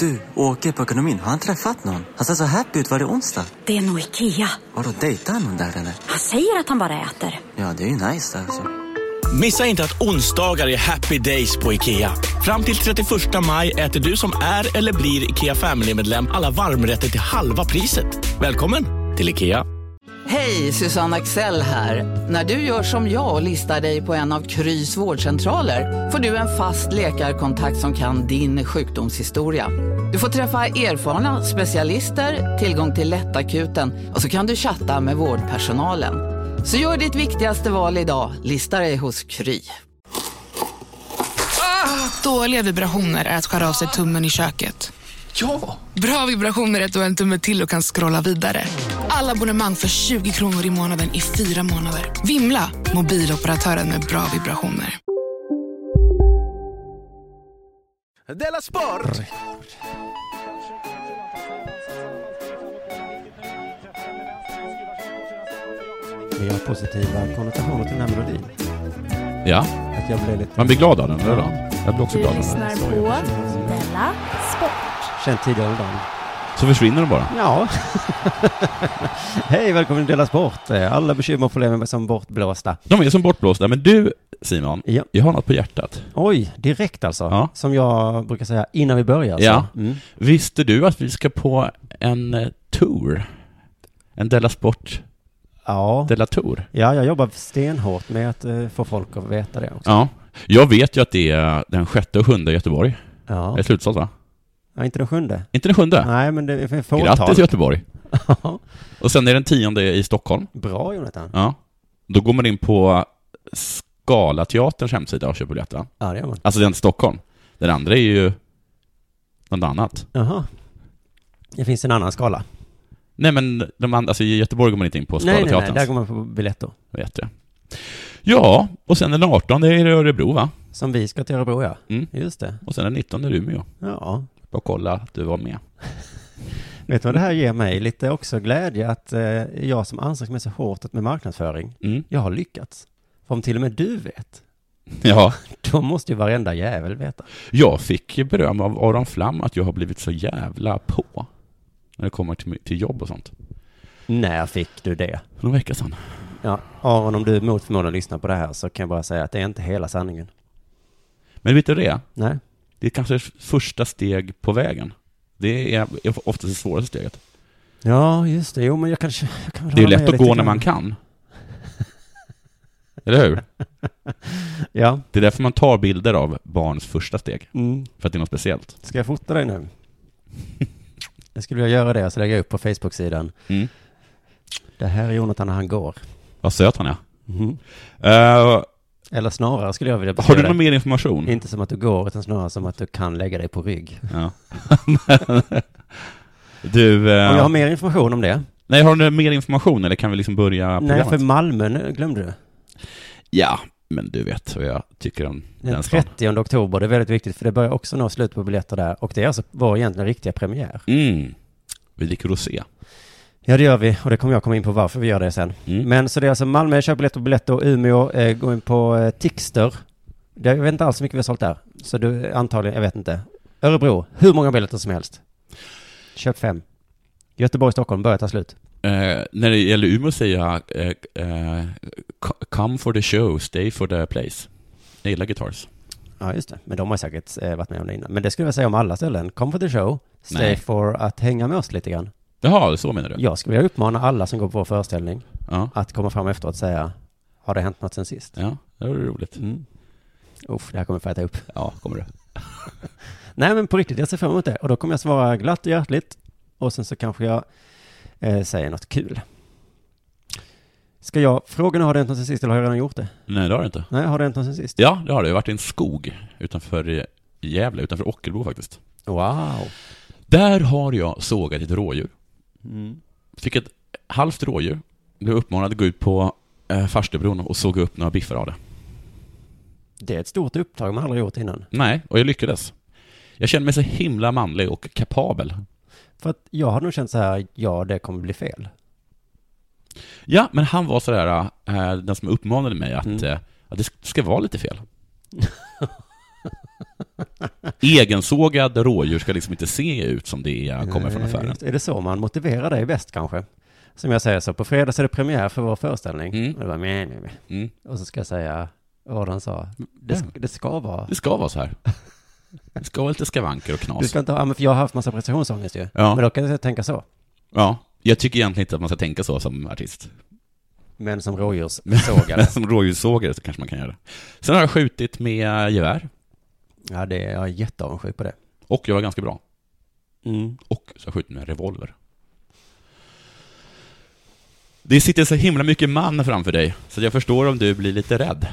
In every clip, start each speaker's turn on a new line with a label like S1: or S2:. S1: Du, åker på ekonomin. Har han träffat någon? Han ser så happy ut. Var det onsdag?
S2: Det är nog Ikea.
S1: Har du dejtat någon där eller?
S2: Han säger att han bara äter.
S1: Ja, det är ju nice alltså.
S3: Missa inte att onsdagar är happy days på IKEA. Fram till 31 maj äter du som är eller blir IKEA Family-medlem alla varmrätter till halva priset. Välkommen till IKEA.
S4: Hej, Susanne Axel här. När du gör som jag och listar dig på en av Krys vårdcentraler får du en fast läkarkontakt som kan din sjukdomshistoria. Du får träffa erfarna specialister, tillgång till lättakuten och så kan du chatta med vårdpersonalen. Så gör ditt viktigaste val idag, listar dig hos Kry.
S5: Dåliga vibrationer är att skära av sig tummen i köket.
S6: Ja!
S5: Bra vibrationer är att du har en tumme till och kan scrolla vidare. Alla abonnemang för 20 kronor i månaden i fyra månader. Vimla! Mobiloperatören med bra vibrationer.
S6: Della Sport!
S7: Men jag har positiva konnotationer till den här melodin.
S8: Ja,
S7: Att jag blev lite...
S8: man blir glad av den, eller då? Jag blir också
S9: Du
S8: glad av den.
S9: lyssnar på Della Sport.
S7: Känt tidigare om dagen.
S8: Så försvinner den bara.
S7: Ja. Hej, välkommen till Dela Sport. Alla bekymmer och problem är som bortblåsta.
S8: De är som bortblåsta, men du Simon,
S7: Ja.
S8: jag har något på hjärtat.
S7: Oj, direkt alltså.
S8: Ja.
S7: Som jag brukar säga innan vi börjar. så.
S8: Ja.
S7: Mm.
S8: Visste du att vi ska på en eh, tour? En Della Sport
S7: Ja.
S8: Della Tour?
S7: ja, jag jobbar stenhårt med att eh, få folk att veta det också.
S8: Ja. Jag vet ju att det är den sjätte och sjunde i Göteborg.
S7: Ja.
S8: Det är slutsålt va?
S7: ja inte den sjunde.
S8: Inte den sjunde?
S7: Nej, men det är ett fåtal.
S8: Grattis Göteborg!
S7: Ja.
S8: Och sen är den tionde i Stockholm.
S7: Bra Jonathan.
S8: Ja. Då går man in på Skalateaterns hemsida och köper biljetter. va?
S7: Ja, det gör man.
S8: Alltså den i Stockholm. Den andra är ju något annat.
S7: Jaha. Det finns en annan skala.
S8: Nej men de andra, alltså i Göteborg går man inte in på
S7: Nej, nej, nej.
S8: Skalateaterns.
S7: Där går man på biljetter.
S8: Vet jag. Ja, och sen den 18 är det Örebro va?
S7: Som vi ska till Örebro, ja.
S8: Mm.
S7: Just det.
S8: Och sen den 19 är det Umeå.
S7: Ja.
S8: Bara kolla att du var med.
S7: Vet du vad det här ger mig? Lite också glädje att eh, jag som anstränger mig så hårt med marknadsföring,
S8: Mm.
S7: jag har lyckats. För om till och med du vet,
S8: Ja,
S7: då måste ju varenda jävel veta.
S8: jag fick ju beröm av Aron Flam att jag har blivit så jävla på. När det kommer till, till jobb och sånt.
S7: När fick du det?
S8: För någon vecka sedan.
S7: Ja, Aron, om du mot förmodan lyssnar på det här så kan jag bara säga att det är inte hela sanningen.
S8: Men vet du det?
S7: Nej.
S8: Det är kanske första steg på vägen. Det är oftast det svåraste steget.
S7: Ja, just det. Jo, men jag kanske... Jag kan
S8: Det är ju
S7: hålla
S8: lätt
S7: med
S8: att
S7: lite
S8: gå när
S7: grann.
S8: man kan. Eller hur?
S7: Ja.
S8: Det är därför man tar bilder av barns första steg.
S7: Mm.
S8: För att det är något speciellt.
S7: Ska jag fota dig nu? Jag skulle vilja göra det, så lägger jag upp på Facebook-sidan.
S8: Mm.
S7: Det här är Jonathan när han går.
S8: Vad söt han är.
S7: Mhm.
S8: Eh,
S7: Eller snarare skulle jag vilja
S8: har
S7: beskriva
S8: du
S7: det.
S8: någon mer information?
S7: Inte som att du går, utan snarare som att du kan lägga dig på rygg.
S8: Ja. du, eh,
S7: Om jag har mer information om det?
S8: nej, har du mer information eller kan vi liksom börja
S7: Nej,
S8: programmet?
S7: för Malmö nu, glömde du.
S8: Ja, men du vet vad jag tycker om den,
S7: Den
S8: stan.
S7: 30 oktober, det är väldigt viktigt för det börjar också nå slut på biljetter där. Och det är alltså var egentligen riktiga premiär.
S8: Mm. Vi dricker rosé.
S7: Ja, det gör vi. Och det kommer jag komma in på varför vi gör det sen.
S8: Mm.
S7: Men så det är alltså Malmö, köp biljetter på biljetter. Umeå, eh, gå in på eh, Tixter. Det- Jag vet inte alls hur mycket vi har sålt där. Så du, antagligen, jag vet inte. Örebro, hur många biljetter som helst. Köp fem. Göteborg, Stockholm, börjar ta slut.
S8: Eh, när det gäller Umeå säger jag eh, eh, co- Come for the show, stay for the place. Jag gillar guitars.
S7: Ja, just det. Men de har säkert eh, varit med om det innan. Men det skulle jag säga om alla ställen. Kom for the show, stay
S8: Nej.
S7: for att hänga med oss lite grann.
S8: Jaha, så menar du?
S7: Jag skulle vilja uppmana alla som går på vår föreställning
S8: Ja.
S7: att komma fram efteråt och säga, har det hänt något sen sist?
S8: Ja, det var roligt.
S7: Uff, det här kommer jag få äta upp.
S8: Mm. Ja, kommer det.
S7: Nej, men på riktigt, jag ser fram emot det. Och då kommer jag svara glatt och hjärtligt. Och sen så kanske jag eh, säger något kul. Ska jag fråga nu, har det hänt något sen sist eller har jag redan gjort det?
S8: Nej, det har det inte.
S7: Nej, har det hänt något sen sist?
S8: Ja, det har det. Jag har varit i en skog utanför eh, Gävle, utanför Ockelbo faktiskt.
S7: Wow.
S8: Där har jag sågat ett rådjur.
S7: Mm.
S8: Fick ett halvt rådjur. Blev uppmanad att gå ut på eh, farstubron och såga upp några biffar av det.
S7: Det är ett stort uppdrag man aldrig gjort innan.
S8: Nej, och jag lyckades. Jag kände mig så himla manlig och kapabel.
S7: För att jag har nog känt så här, ja, det kommer bli fel.
S8: Ja, men han var sådär, eh, den som uppmanade mig eh, att,
S7: Mm.
S8: eh, att det ska vara lite fel. Egensågad rådjur ska liksom inte se ut som det är, kommer från
S7: Eh,
S8: affären.
S7: Är det så man motiverar dig bäst kanske? Som jag säger så, på fredag så är det premiär för vår föreställning.
S8: Mm.
S7: Och, det bara, meh, meh, meh.
S8: Mm.
S7: och så ska jag säga vad han sa. Det, sk- det ska vara...
S8: Det ska vara så här. Det ska vara lite skavanker och knas.
S7: Du ska inte ha, ja, men för jag har haft massa prestationsångest ju.
S8: Ja.
S7: Men då kan jag tänka så.
S8: Ja, jag tycker egentligen inte att man ska tänka så som artist.
S7: Men som rådjurssågare.
S8: Men som rådjurssågare så kanske man kan göra det. Sen har jag skjutit med gevär.
S7: ja, det, jag är jätteavundsjuk på det. Mm.
S8: Och jag var ganska bra. Och så har jag skjutit med en revolver. Det sitter så himla mycket man framför dig, så jag förstår om du blir lite rädd.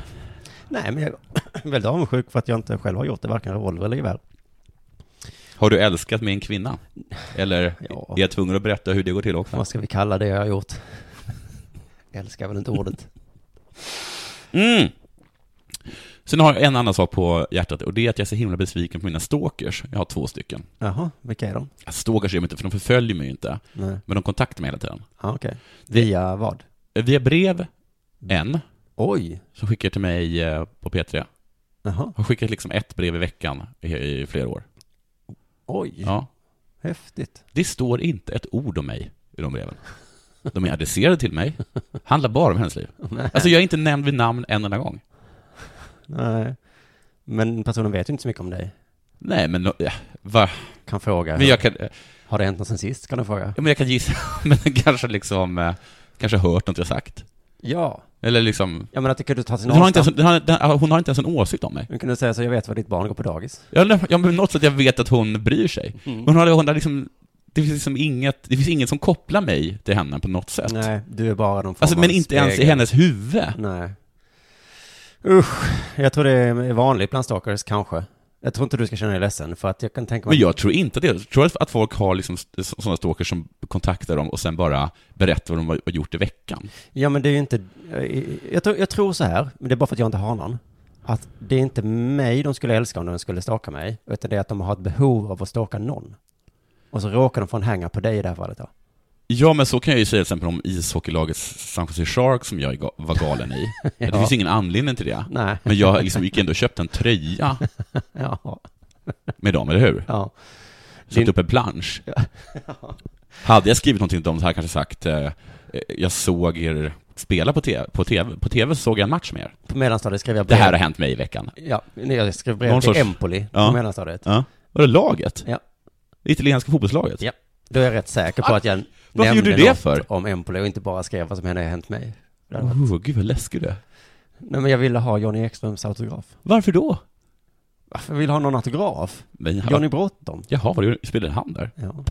S7: Nej, men jag är väldigt avundsjuk för att jag inte själv har gjort det, varken revolver eller gevär.
S8: Har du älskat med en kvinna? Eller
S7: Ja.
S8: är jag tvungen att berätta hur det går till också?
S7: Vad ska vi kalla det jag har gjort? Älskar väl inte ordet.
S8: Mm. Sen har jag en annan sak på hjärtat, och det är att jag är så himla besviken på mina stalkers. Jag har två stycken.
S7: Jaha, vilka är de?
S8: Stalkers är de inte, för de förföljer mig ju inte.
S7: Nej.
S8: Men de kontaktar mig hela tiden.
S7: Ja, okej. Via vad?
S8: Via brev, en,
S7: Oj!
S8: som skickar till mig eh, på P3.
S7: Jaha,
S8: Har skickat liksom ett brev i veckan i, i flera år.
S7: oj.
S8: Ja.
S7: Häftigt.
S8: Det står inte ett ord om mig i de breven. De är adresserade till mig. Handlar bara om hennes liv. Alltså jag är inte nämnd vid namn en enda gång.
S7: Nej. Men personen vet ju inte så mycket om dig.
S8: Nej men, no- eh, va?
S7: Kan fråga.
S8: men jag kan, eh,
S7: Har det hänt något sen sist? Kan du fråga.
S8: ja, men jag kan gissa, men kanske liksom, eh, kanske hört något jag sagt.
S7: Ja.
S8: Eller liksom,
S7: Jag menar att det kunde ta sin
S8: hon har, inte
S7: avstamp.
S8: ens, den har, den, hon har inte ens en åsikt om mig.
S7: Nu kan du säga så, jag vet var ditt barn går på dagis.
S8: Ja, nej, ja, men på något sätt jag vet att hon bryr sig. Men hon har, hon har liksom, det finns liksom inget, det finns inget som kopplar mig till henne på något sätt.
S7: Nej, du är bara någon form
S8: Alltså, men
S7: av
S8: inte ens i
S7: spegel.
S8: hennes huvud.
S7: Nej. Usch, jag tror det är vanligt bland stalkers, kanske. Jag tror inte du ska känna dig ledsen, för att jag kan tänka mig...
S8: Men jag tror inte det. Jag tror att folk har liksom sådana stalkers som kontaktar dem och sen bara berättar vad de har gjort i veckan.
S7: Ja, men det är ju inte... eh, Jag tror, jag tror så här, men det är bara för att jag inte har någon. Att det är inte mig de skulle älska om de skulle stalka mig, utan det är att de har ett behov av att stalka någon. Och så råkar de få en hänga på dig i det här fallet då.
S8: Ja, men så kan jag ju säga till exempel om ishockeylaget San Jose Sharks som jag ga- var galen i. Det finns ingen anledning till det.
S7: Nej.
S8: Men jag liksom gick ändå och köpte en tröja
S7: Ja.
S8: med dem, eller hur?
S7: ja.
S8: Satt upp en plansch. Hade jag skrivit någonting till dem så hade jag kanske sagt eh, eh, jag såg er spela på TV, på TV, på TV så såg jag en match med er.
S7: På mellanstadiet skrev jag
S8: Det
S7: brev.
S8: här har hänt mig i veckan.
S7: Ja, nej, jag skrev brev
S8: Någon
S7: till
S8: sorts-
S7: Empoli
S8: Ja.
S7: på mellanstadiet.
S8: Ja. Var det laget?
S7: Ja.
S8: Det italienska fotbollslaget?
S7: Ja. Då är jag rätt säker på att jag
S8: Ah, Varför
S7: nämnde
S8: gjorde du det
S7: något
S8: för?
S7: om Empoli och inte bara skrev vad som hade hänt mig. Det hade varit-
S8: Oh, gud vad läskig du är.
S7: Nej, men jag ville ha Johnny Ekströms autograf.
S8: Varför då?
S7: Varför vill ha någon autograf?
S8: Men jag,
S7: Johnny Bråttom.
S8: Jaha, vad du spelade han där?
S7: Ja.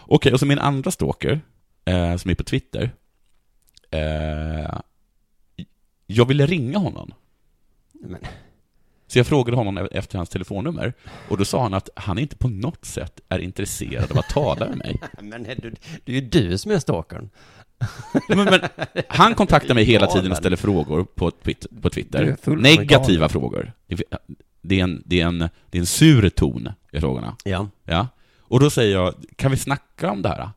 S8: Okej, och så min andra stalker, eh, som är på Twitter. Eh, jag ville ringa honom.
S7: Men,
S8: Så jag frågade honom e- efter hans telefonnummer. Och då sa han att han inte på något sätt är intresserad av att tala med mig.
S7: men är du, det är ju du som är stalkern.
S8: Men, men, han kontaktar mig hela tiden
S7: Galen.
S8: och ställer frågor på, Twit- på
S7: Du
S8: Twitter.
S7: är fullkomligt
S8: Negativa frågor. Det- Det är, en, det, är en, det är en sur ton i frågorna.
S7: Ja.
S8: Ja. Och då säger jag, kan vi snacka om det här?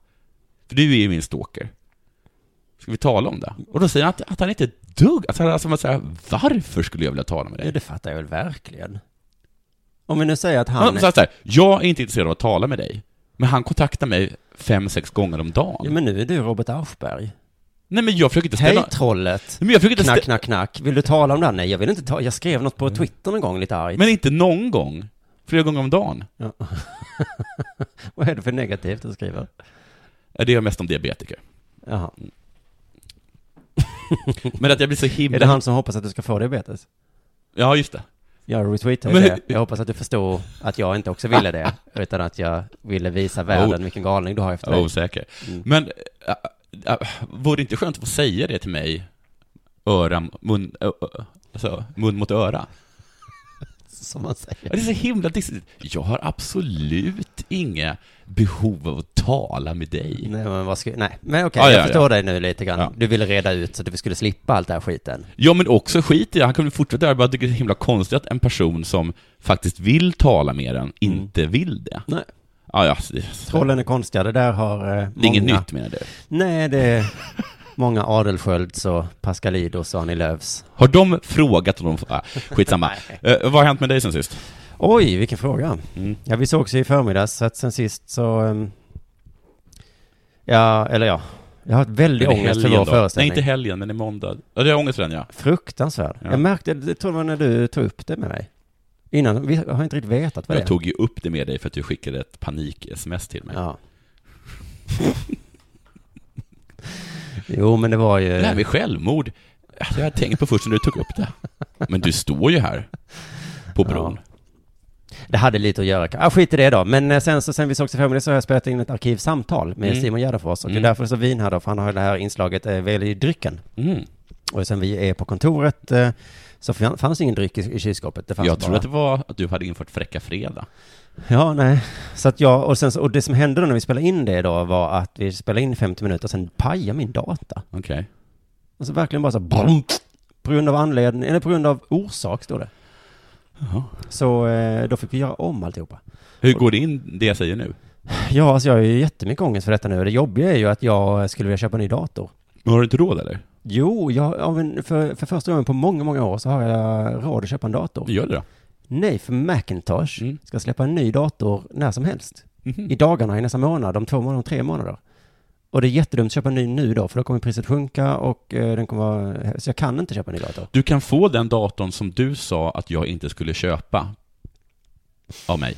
S8: För du är ju min stalker. Ska vi tala om det? Och då säger han att, att han inte är ett dugg... Alltså, alltså man säger, varför skulle jag vilja tala med
S7: ja,
S8: dig?
S7: det fattar jag väl verkligen. Om vi nu säger att han...
S8: Han sa så här, jag är inte intresserad av att tala med dig, men han kontaktar mig fem, sex gånger om dagen.
S7: ja, men nu är du Robert Aschberg.
S8: Nej, men jag försöker inte ställa...
S7: Hej trollet!
S8: Nej, men jag försöker inte
S7: Knack,
S8: ställa...
S7: knack, knack. Vill du tala om det här? Nej, jag vill inte ta... Jag skrev något på
S8: Mm.
S7: Twitter någon gång lite argt.
S8: Men inte någon gång. Flera gånger om dagen.
S7: Vad är det för negativt du skriver?
S8: Ja, Det är mest om diabetiker.
S7: Jaha.
S8: Mm. Men att jag blir så himla...
S7: Är det han som hoppas att du ska få diabetes?
S8: Ja, just det.
S7: Jag retweetade
S8: Men-
S7: det. Jag hoppas att du förstår att jag inte också ville det, utan att jag ville visa världen
S8: Oh.
S7: vilken galning du har efter
S8: Jag var
S7: dig.
S8: osäker.
S7: Mm.
S8: Men äh, äh, vore det inte skönt att få säga det till mig? Öra, mun, ö, ö, alltså, mun mot öra.
S7: Som man
S8: Ja,
S7: säger.
S8: Det är så himla dissigt. Jag har absolut inga behov av att tala med dig.
S7: Nej, men vad ska... Nej, men okej,
S8: Ah,
S7: jag
S8: ja,
S7: förstår
S8: ja.
S7: dig nu lite grann.
S8: Ja.
S7: Du ville reda ut så att vi skulle slippa allt det här skiten.
S8: Ja, men också skit i det. Han kan väl fortsätta där, bara tycker det är så himla konstigt att en person som faktiskt vill tala med den inte vill det.
S7: Mm. Nej.
S8: Ja, ja, så- så-
S7: Trollen är konstiga, det där har eh,
S8: det är inget
S7: många...
S8: nytt menar du?
S7: Nej, det är många Adelskölds och Pascalidos och Annie Lööfs.
S8: Har de frågat om de... Ah, skitsamma. Eh, vad har hänt med dig sen sist?
S7: Oj, vilken fråga.
S8: Mm.
S7: Ja, vi sågs ju i förmiddags, så att sen sist så... ehm, ja, eller ja. Jag har ett väldigt
S8: Men i
S7: ångest för
S8: helgen
S7: vår
S8: då? Nej,
S7: föreställning.
S8: inte helgen, men i måndag. Ja, det är ångest för den, ja.
S7: Fruktansvärd.
S8: Ja.
S7: Jag märkte, det tror jag när du tog upp det med mig. Innan, vi har inte riktigt vetat vad det
S8: Jag
S7: är.
S8: tog ju upp det med dig för att du skickade ett panik-sms till mig.
S7: Ja. jo, men det var ju...
S8: Det här med självmord, alltså, jag hade tänkt på först när du tog upp det. Men du står ju här, på bron.
S7: Det hade lite att göra. Ah, skit i det då. Men eh, sen, så, sen vi sågs i förmiddags så har jag spelat in ett arkivsamtal med
S8: Mm.
S7: Simon Gärdenfors. Och
S8: Mm.
S7: det är därför så vin här då, för han har ju det här inslaget eh, Väl i drycken.
S8: Mm.
S7: Och sen vi är på kontoret eh, så fann- fanns ingen dryck i, i kylskåpet. Det fanns
S8: Jag
S7: bara...
S8: tror att det var att du hade infört Fräcka Fredag.
S7: Ja, nej. Så att jag, och, sen, så- och det som hände då när vi spelade in det då var att vi spelade in 50 minuter och sen pajade min data.
S8: Okej.
S7: Alltså verkligen bara så här, brum, på grund av anledning, eller på grund av orsak stod det.
S8: Jaha.
S7: Så eh, då fick vi göra om alltihopa.
S8: Hur går det in, det jag säger nu?
S7: Ja, alltså jag har ju jättemycket ångest för detta nu. Det jobbiga är ju att jag skulle vilja köpa en ny dator.
S8: Men har du inte råd eller?
S7: Jo, jag, av en, för, för första gången på många, många år så har jag råd att köpa en dator.
S8: Gör det då.
S7: Nej, för Macintosh
S8: Mm.
S7: ska släppa en ny dator när som helst.
S8: Mhm.
S7: I dagarna, i nästa månad, om två månader, om tre månader. Och det är jättedumt att köpa en ny nu då, för då kommer priset sjunka och eh, den kommer vara... Så jag kan inte köpa en ny dator.
S8: Du kan få den datorn som du sa att jag inte skulle köpa av mig.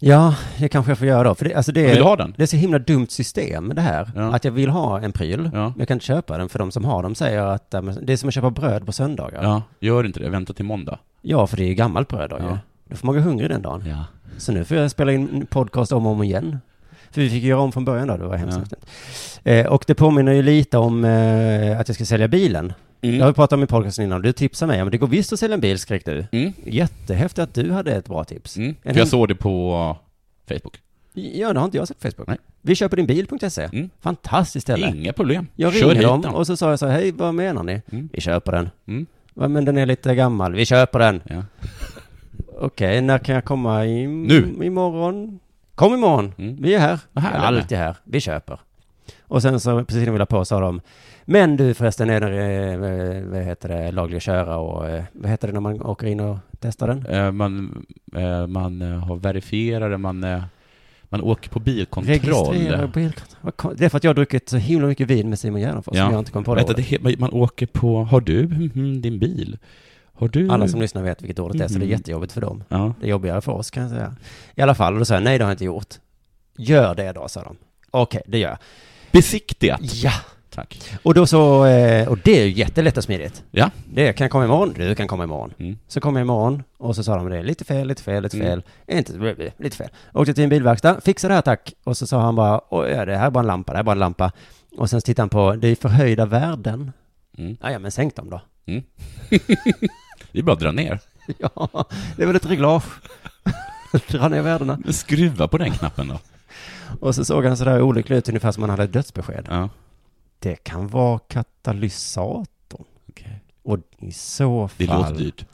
S7: Ja, det kanske jag får göra då. För det, alltså det,
S8: Vill du
S7: är,
S8: ha den?
S7: det är så himla dumt system det här.
S8: Ja.
S7: Att jag vill ha en pryl,
S8: Ja.
S7: men jag kan inte köpa den för de som har dem säger att eh, men det är som att köpa bröd på söndagar.
S8: Ja, gör inte det. Vänta till måndag.
S7: Ja, för det är ju gammalt bröd då ju.
S8: Ja.
S7: Då får man gå hungrig den dagen.
S8: Ja.
S7: Så nu får jag spela in en podcast om och om igen. För vi fick göra om från början då, det var hemskt
S8: Ja.
S7: häftigt. eh, Och det påminner ju lite om eh, att jag ska sälja bilen.
S8: Mm.
S7: Jag har ju pratat om i podcasten innan, du tipsade mig om det går visst att sälja en bil, skrek du.
S8: Mm.
S7: Jättehäftigt att du hade ett bra tips.
S8: Mm.
S7: En
S8: För jag
S7: hel-
S8: såg det på eh, Facebook.
S7: Ja, det har inte jag sett på Facebook.
S8: Nej.
S7: Vi köper din bil.se.
S8: Mm.
S7: E. Fantastiskt ställe.
S8: Inga problem.
S7: Jag
S8: Kör
S7: ringde
S8: hit
S7: dem
S8: den.
S7: och så sa jag så här, hej vad menar ni?
S8: Mm.
S7: Vi köper den.
S8: Mm.
S7: "Va, Men den är lite gammal, vi köper den.
S8: Ja.
S7: Okej, när kan jag komma? I,
S8: Nu.
S7: Imorgon? Kom imorgon.
S8: Mm.
S7: Vi är här.
S8: Vad
S7: Vi är
S8: härligt.
S7: alltid här. Vi köper. Och sen så, precis innan vi la på, sa de Men du förresten, är det, eh, vad heter det, laglig att köra och eh, vad heter det när man åker in och testar den?
S8: Eh, Man, eh, man eh, har verifierare, man, eh, man åker på biokontroll.
S7: Registrera bilkontroll. Vad kon- Det är för att jag har druckit så himla mycket vin med Simon Gärdenfors
S8: Ja.
S7: som jag inte kom på det
S8: Vänta, det
S7: ordet.
S8: he- man åker på, har du Mhm, din bil? Har du?
S7: Alla som lyssnar vet vilket ordet det är, så det är
S8: Mhm.
S7: jättejobbigt för dem.
S8: Ja.
S7: Det är jobbigare för oss kan jag säga. I alla fall, och då sa jag nej det har jag inte gjort. Gör det då, sa de. Okej, det gör jag.
S8: Besiktigat.
S7: Ja!
S8: Tack.
S7: Och då så, eh, och det är ju jättelätt och smidigt.
S8: Ja.
S7: Det kan komma imorgon, du kan komma imorgon.
S8: Mm.
S7: Så kom jag imorgon och så sa de det, lite fel, lite fel, lite
S8: Mm.
S7: fel, Eh, inte, lite fel. Åkte till en bilverkstad, fixa det här tack. Och så sa han bara, oj, ja, det här är bara en lampa, det här är bara en lampa. Och sen så tittade han på, det är förhöjda värden.
S8: Mm.
S7: Ja, ja, men sänk dem då.
S8: Det är bara att dra ner.
S7: Ja, det är väl ett reglage. Dra ner värdena.
S8: Men Skruva på den knappen då.
S7: Och så såg han sådär olycklig ut, ungefär som om han hade ett dödsbesked.
S8: Ja.
S7: Det kan vara katalysatorn.
S8: Okej.
S7: Och i så
S8: Det
S7: fall
S8: låter dyrt.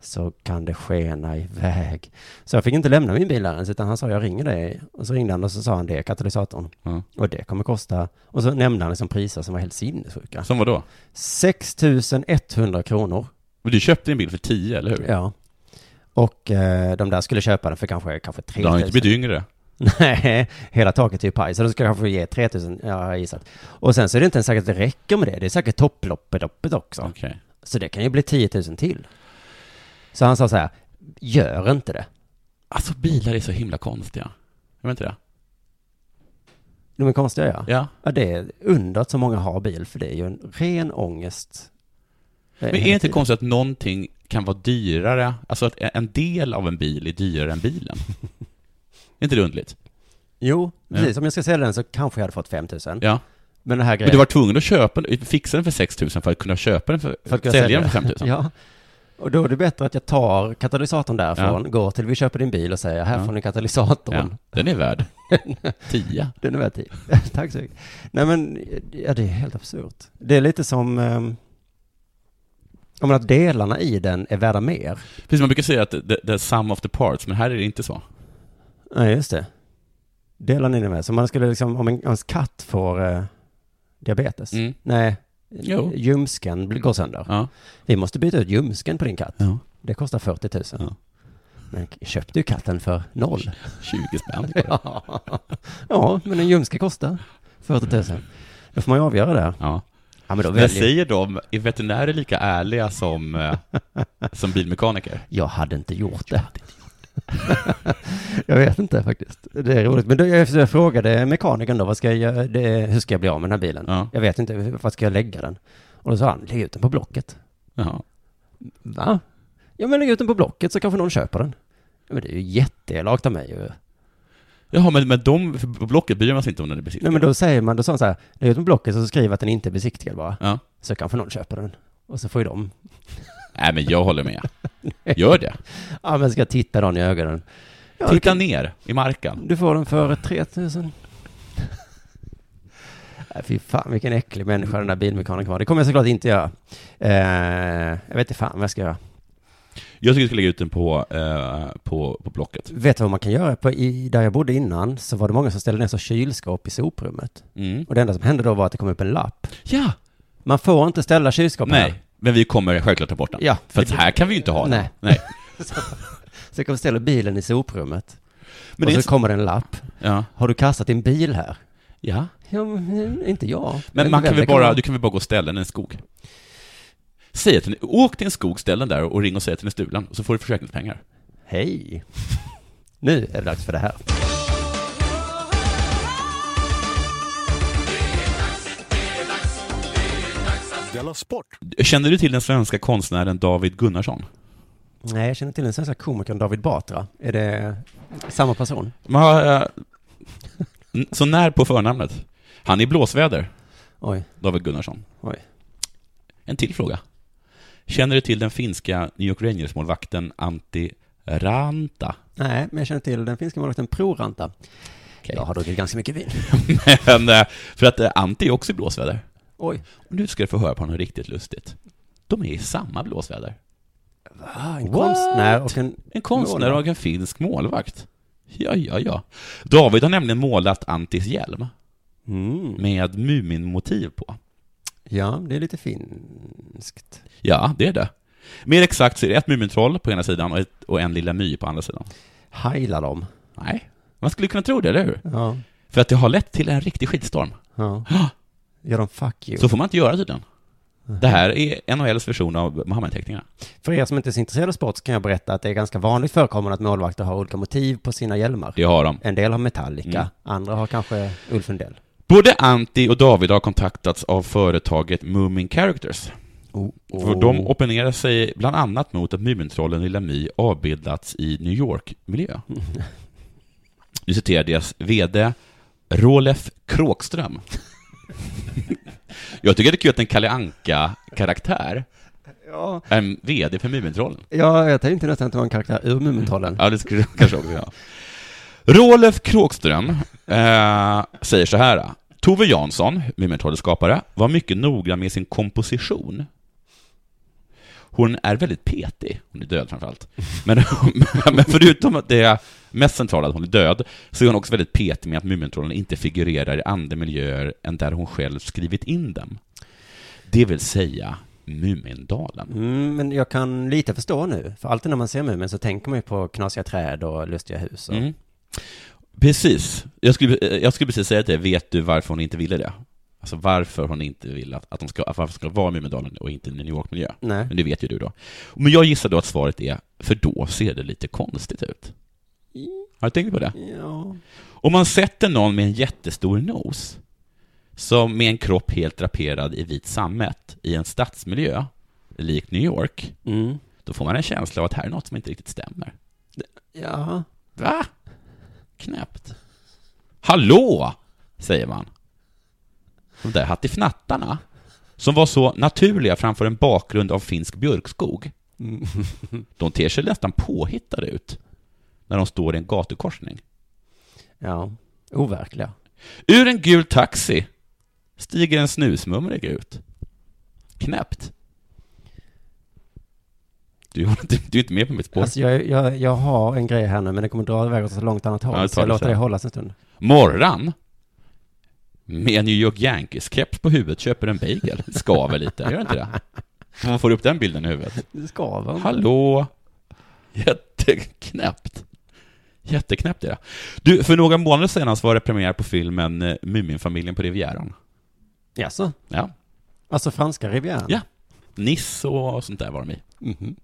S7: så kan det skena iväg. Så jag fick inte lämna min bil där ens, utan han sa jag ringer dig. Och så ringde han och så sa han det är katalysatorn.
S8: Ja.
S7: Och det kommer kosta. Och så nämnde han liksom priser som var helt sinnessjuka.
S8: Som vadå?
S7: 6 100 kronor.
S8: Men du köpte en bil för 10, eller hur?
S7: Ja. Och eh, de där skulle köpa den för kanske, kanske 3
S8: Du har
S7: 000.
S8: inte blivit yngre.
S7: Nej, hela taket är ju paj. Så de ska kanske ge 3 000, ja, jag har gissat. Och sen så är det inte ens säkert att det räcker med det. Det är säkert topploppet också.
S8: Okej.
S7: Så det kan ju bli 10 000 till. Så han sa så här, gör inte det.
S8: Alltså bilar är så himla konstiga. Jag vet inte det?
S7: De är konstiga ja.
S8: Ja.
S7: Ja, det är under att så många har bil, för det är ju en ren ångest. Eh,
S8: Men är det inte konstigt att någonting kan vara dyrare, alltså att en del av en bil är dyrare än bilen? är inte det underligt?
S7: Jo, precis. Om jag ska sälja den så kanske jag hade fått 5 000.
S8: Ja.
S7: Men den här grejen...
S8: Men du var tvungen att köpa, fixa den för 6 000 för att kunna köpa den för,
S7: för att kunna
S8: sälja den för 5 000?
S7: ja. Och då är det bättre att jag tar katalysatorn därifrån, går till vi köper din bil och säger här
S8: Ja.
S7: får ni katalysatorn.
S8: Ja, den är värd 10.
S7: Den är värd 10. Tack så mycket. Nej men, ja det är helt absurt. Det är lite som... ehm, om att delarna i den är värda mer.
S8: Precis, man brukar säga att the, the sum of the parts, men här är det inte så.
S7: Nej, just det. Delarna i den med. Så man skulle liksom, om en, om ens katt får eh, diabetes.
S8: Mm.
S7: Nej,
S8: Jo.
S7: ljumsken blir- går sönder.
S8: Ja.
S7: Vi måste byta ut ljumsken på din katt.
S8: Ja.
S7: Det kostar 40 000.
S8: Ja.
S7: Men köpte ju katten för noll.
S8: 20 spänn.
S7: Ja, ja men en ljumske kostar 40 000. Då får man ju avgöra det.
S8: Ja.
S7: Ja, men då
S8: Men
S7: väljer...
S8: säger de, är veterinärer lika ärliga som, eh, som bilmekaniker?
S7: Jag hade inte gjort det. jag vet inte faktiskt. Det är roligt. Men då, jag jag frågade mekanikern då, vad ska jag, göra- det, hur ska jag bli av med den här bilen?
S8: Ja.
S7: Jag vet inte, hur- var ska jag lägga den? Och då sa han, lägg ut den på Blocket.
S8: Ja.
S7: Va? Ja, men lägg ut den på Blocket så kanske någon köper den. Ja, men det är ju jätteelakt av mig ju.
S8: Jaha, men, men de, för på Blocket bryr man sig inte om när det besitter.
S7: Nej, men då säger man, då sa han så här, lägg ut den på Blocket så skriv att den inte är besiktigad bara.
S8: Ja.
S7: Så kanske någon köper den. Och så får ju de
S8: Nej, men jag håller med. Gör det.
S7: Ja, men ska jag titta någon i ögonen? Ja, du,
S8: Titta
S7: kan,
S8: ner i marken.
S7: du får den för 3000. Nej, Äh, Fy fan vilken äcklig människa den där bilmekanikern var. Det kommer jag såklart inte göra. Eh, jag vet inte fan vad jag ska göra.
S8: Jag tycker du ska lägga ut den på, eh, på, på Blocket.
S7: Vet du vad man kan göra? På, i, där jag bodde innan så var det många som ställde ner så kylskåp i soprummet.
S8: Mm.
S7: Och det enda som hände då var att det kom upp en lapp.
S8: Ja!
S7: Man får inte ställa kylskåp här.
S8: Nej, men vi kommer självklart ta bort den.
S7: Ja.
S8: För att så här kan vi ju inte ha den.
S7: Nej.
S8: Nej.
S7: Så jag kommer ställa bilen i soprummet.
S8: Men det
S7: och
S8: är
S7: så
S8: så...
S7: kommer det en lapp.
S8: Ja.
S7: Har du kastat din bil här?
S8: ja.
S7: Ja, men, inte jag.
S8: Men
S7: Vet
S8: man
S7: vem
S8: kan
S7: det
S8: väl bara,
S7: vara.
S8: du kan väl bara gå och ställa den i en skog? Säg att den, åk till en skog, ställ den där och ring och säg att den är stulen, och så får du försäkringspengar.
S7: Hej! Nu är det dags för det här.
S6: Della Sport!
S8: Känner du till den svenska konstnären David Gunnarsson?
S7: Nej, jag känner till den svenska komikern David Batra. Är det samma person?
S8: Man har, eh, n- Mm, så när på förnamnet. Han är i blåsväder,
S7: Oj,
S8: David Gunnarsson.
S7: oj.
S8: En till fråga. Känner du till den finska New York Rangers-målvakten Antti Ranta?
S7: Nej, men jag känner till den finska målvakten Pro Ranta. Jag har druckit ganska mycket vin.
S8: Men, eh, för att eh, Antti är också i blåsväder.
S7: Oj.
S8: Och nu ska du få höra på något riktigt lustigt. De är i samma blåsväder.
S7: Ah, en
S8: What?
S7: konstnär och en...
S8: En konstnär
S7: Målvakt.
S8: och en finsk målvakt. Ja, ja, ja. David har nämligen målat Antis hjälm
S7: Mm.
S8: med Muminmotiv på.
S7: Ja, det är lite finskt.
S8: Ja, det är det. Mer exakt så är det ett Mumintroll på ena sidan och, ett, och en Lilla My på andra sidan.
S7: Heilar dem.
S8: Nej, man skulle kunna tro det, eller hur?
S7: Ja.
S8: För att det har lett till en riktig skitstorm.
S7: ja. Gör de fuck you.
S8: Så får man inte göra tydligen. Det här är NHLs version av Muhammed-teckningarna.
S7: För er som inte är så intresserade av sport så kan jag berätta att det är ganska vanligt förekommande att målvakter har olika motiv på sina hjälmar.
S8: Det har de.
S7: En del har Metallica,
S8: Mm.
S7: andra har kanske Ulf Lundell.
S8: Både Antti och David har kontaktats av företaget Moomin Characters. För de opponerar sig bland annat mot att Mumintrollen Lilla My avbildats i New York-miljö. Nu citerar deras VD Rolef Kråkström. Jag tycker det är kul att en Kalle Anka-karaktär
S7: Ja,
S8: är en VD för Mumintrollen.
S7: Ja, jag tänkte nästan att det var en karaktär ur Mumintrollen.
S8: Ja, det skulle jag kanske också göra. Rolf Kråkström eh, säger så här. Tove Jansson, Mumintrollets skapare, var mycket noggrann med sin komposition. Hon är väldigt petig, hon är död framförallt. Men, men förutom att det är mest centrala, att hon är död, så är hon också väldigt petig med att Mumintrollen inte figurerar i andra miljöer än där hon själv skrivit in dem. Det vill säga Mumindalen.
S7: Mm, men jag kan lite förstå nu, för alltid när man ser Mumin så tänker man ju på knasiga träd och lustiga hus. Och...
S8: Mm. Precis. Jag skulle, eh, jag skulle precis säga till dig, vet du varför hon inte ville det? Alltså varför hon inte vill att, att de ska, att varför ska vara i Mumindalen och inte i New York-miljö.
S7: Nej.
S8: Men det vet ju du då. Men jag gissar då att svaret är, för då ser det lite konstigt ut. Har du tänkt på det?
S7: Ja.
S8: Om man sätter någon med en jättestor nos, som med en kropp helt draperad i vit sammet, i en stadsmiljö, lik New York,
S7: Mm.
S8: då får man en känsla av att här är något som inte riktigt stämmer.
S7: Ja.
S8: Va? Knäppt. Hallå! säger man. De där hattifnattarna, som var så naturliga framför en bakgrund av finsk björkskog, de ter sig nästan påhittade ut när de står i en gatukorsning.
S7: Ja. Overkliga.
S8: Ur en gul taxi stiger en snusmumrig ut. Knäppt. Du, håller inte- du är inte med på mitt spår.
S7: Alltså jag, jag, jag har en grej här nu, men det kommer dra iväg åt så långt annat håll.
S8: Ja, det
S7: så
S8: tar
S7: jag
S8: det
S7: låter
S8: sen.
S7: det hållas en stund.
S8: Morran med New York Yankees-keps på huvudet köper en bagel. Skaver lite, gör inte det? Man får upp den bilden i huvudet.
S7: Det skaver.
S8: Hallå! Jätteknäppt. Jätteknäppt är det. Du, för några månader sedan så var det premiär på filmen eh, Muminfamiljen på Rivieran.
S7: Jaså?
S8: Ja.
S7: Alltså franska rivieran?
S8: Ja. Niss och sånt där var de i.
S7: Mhm.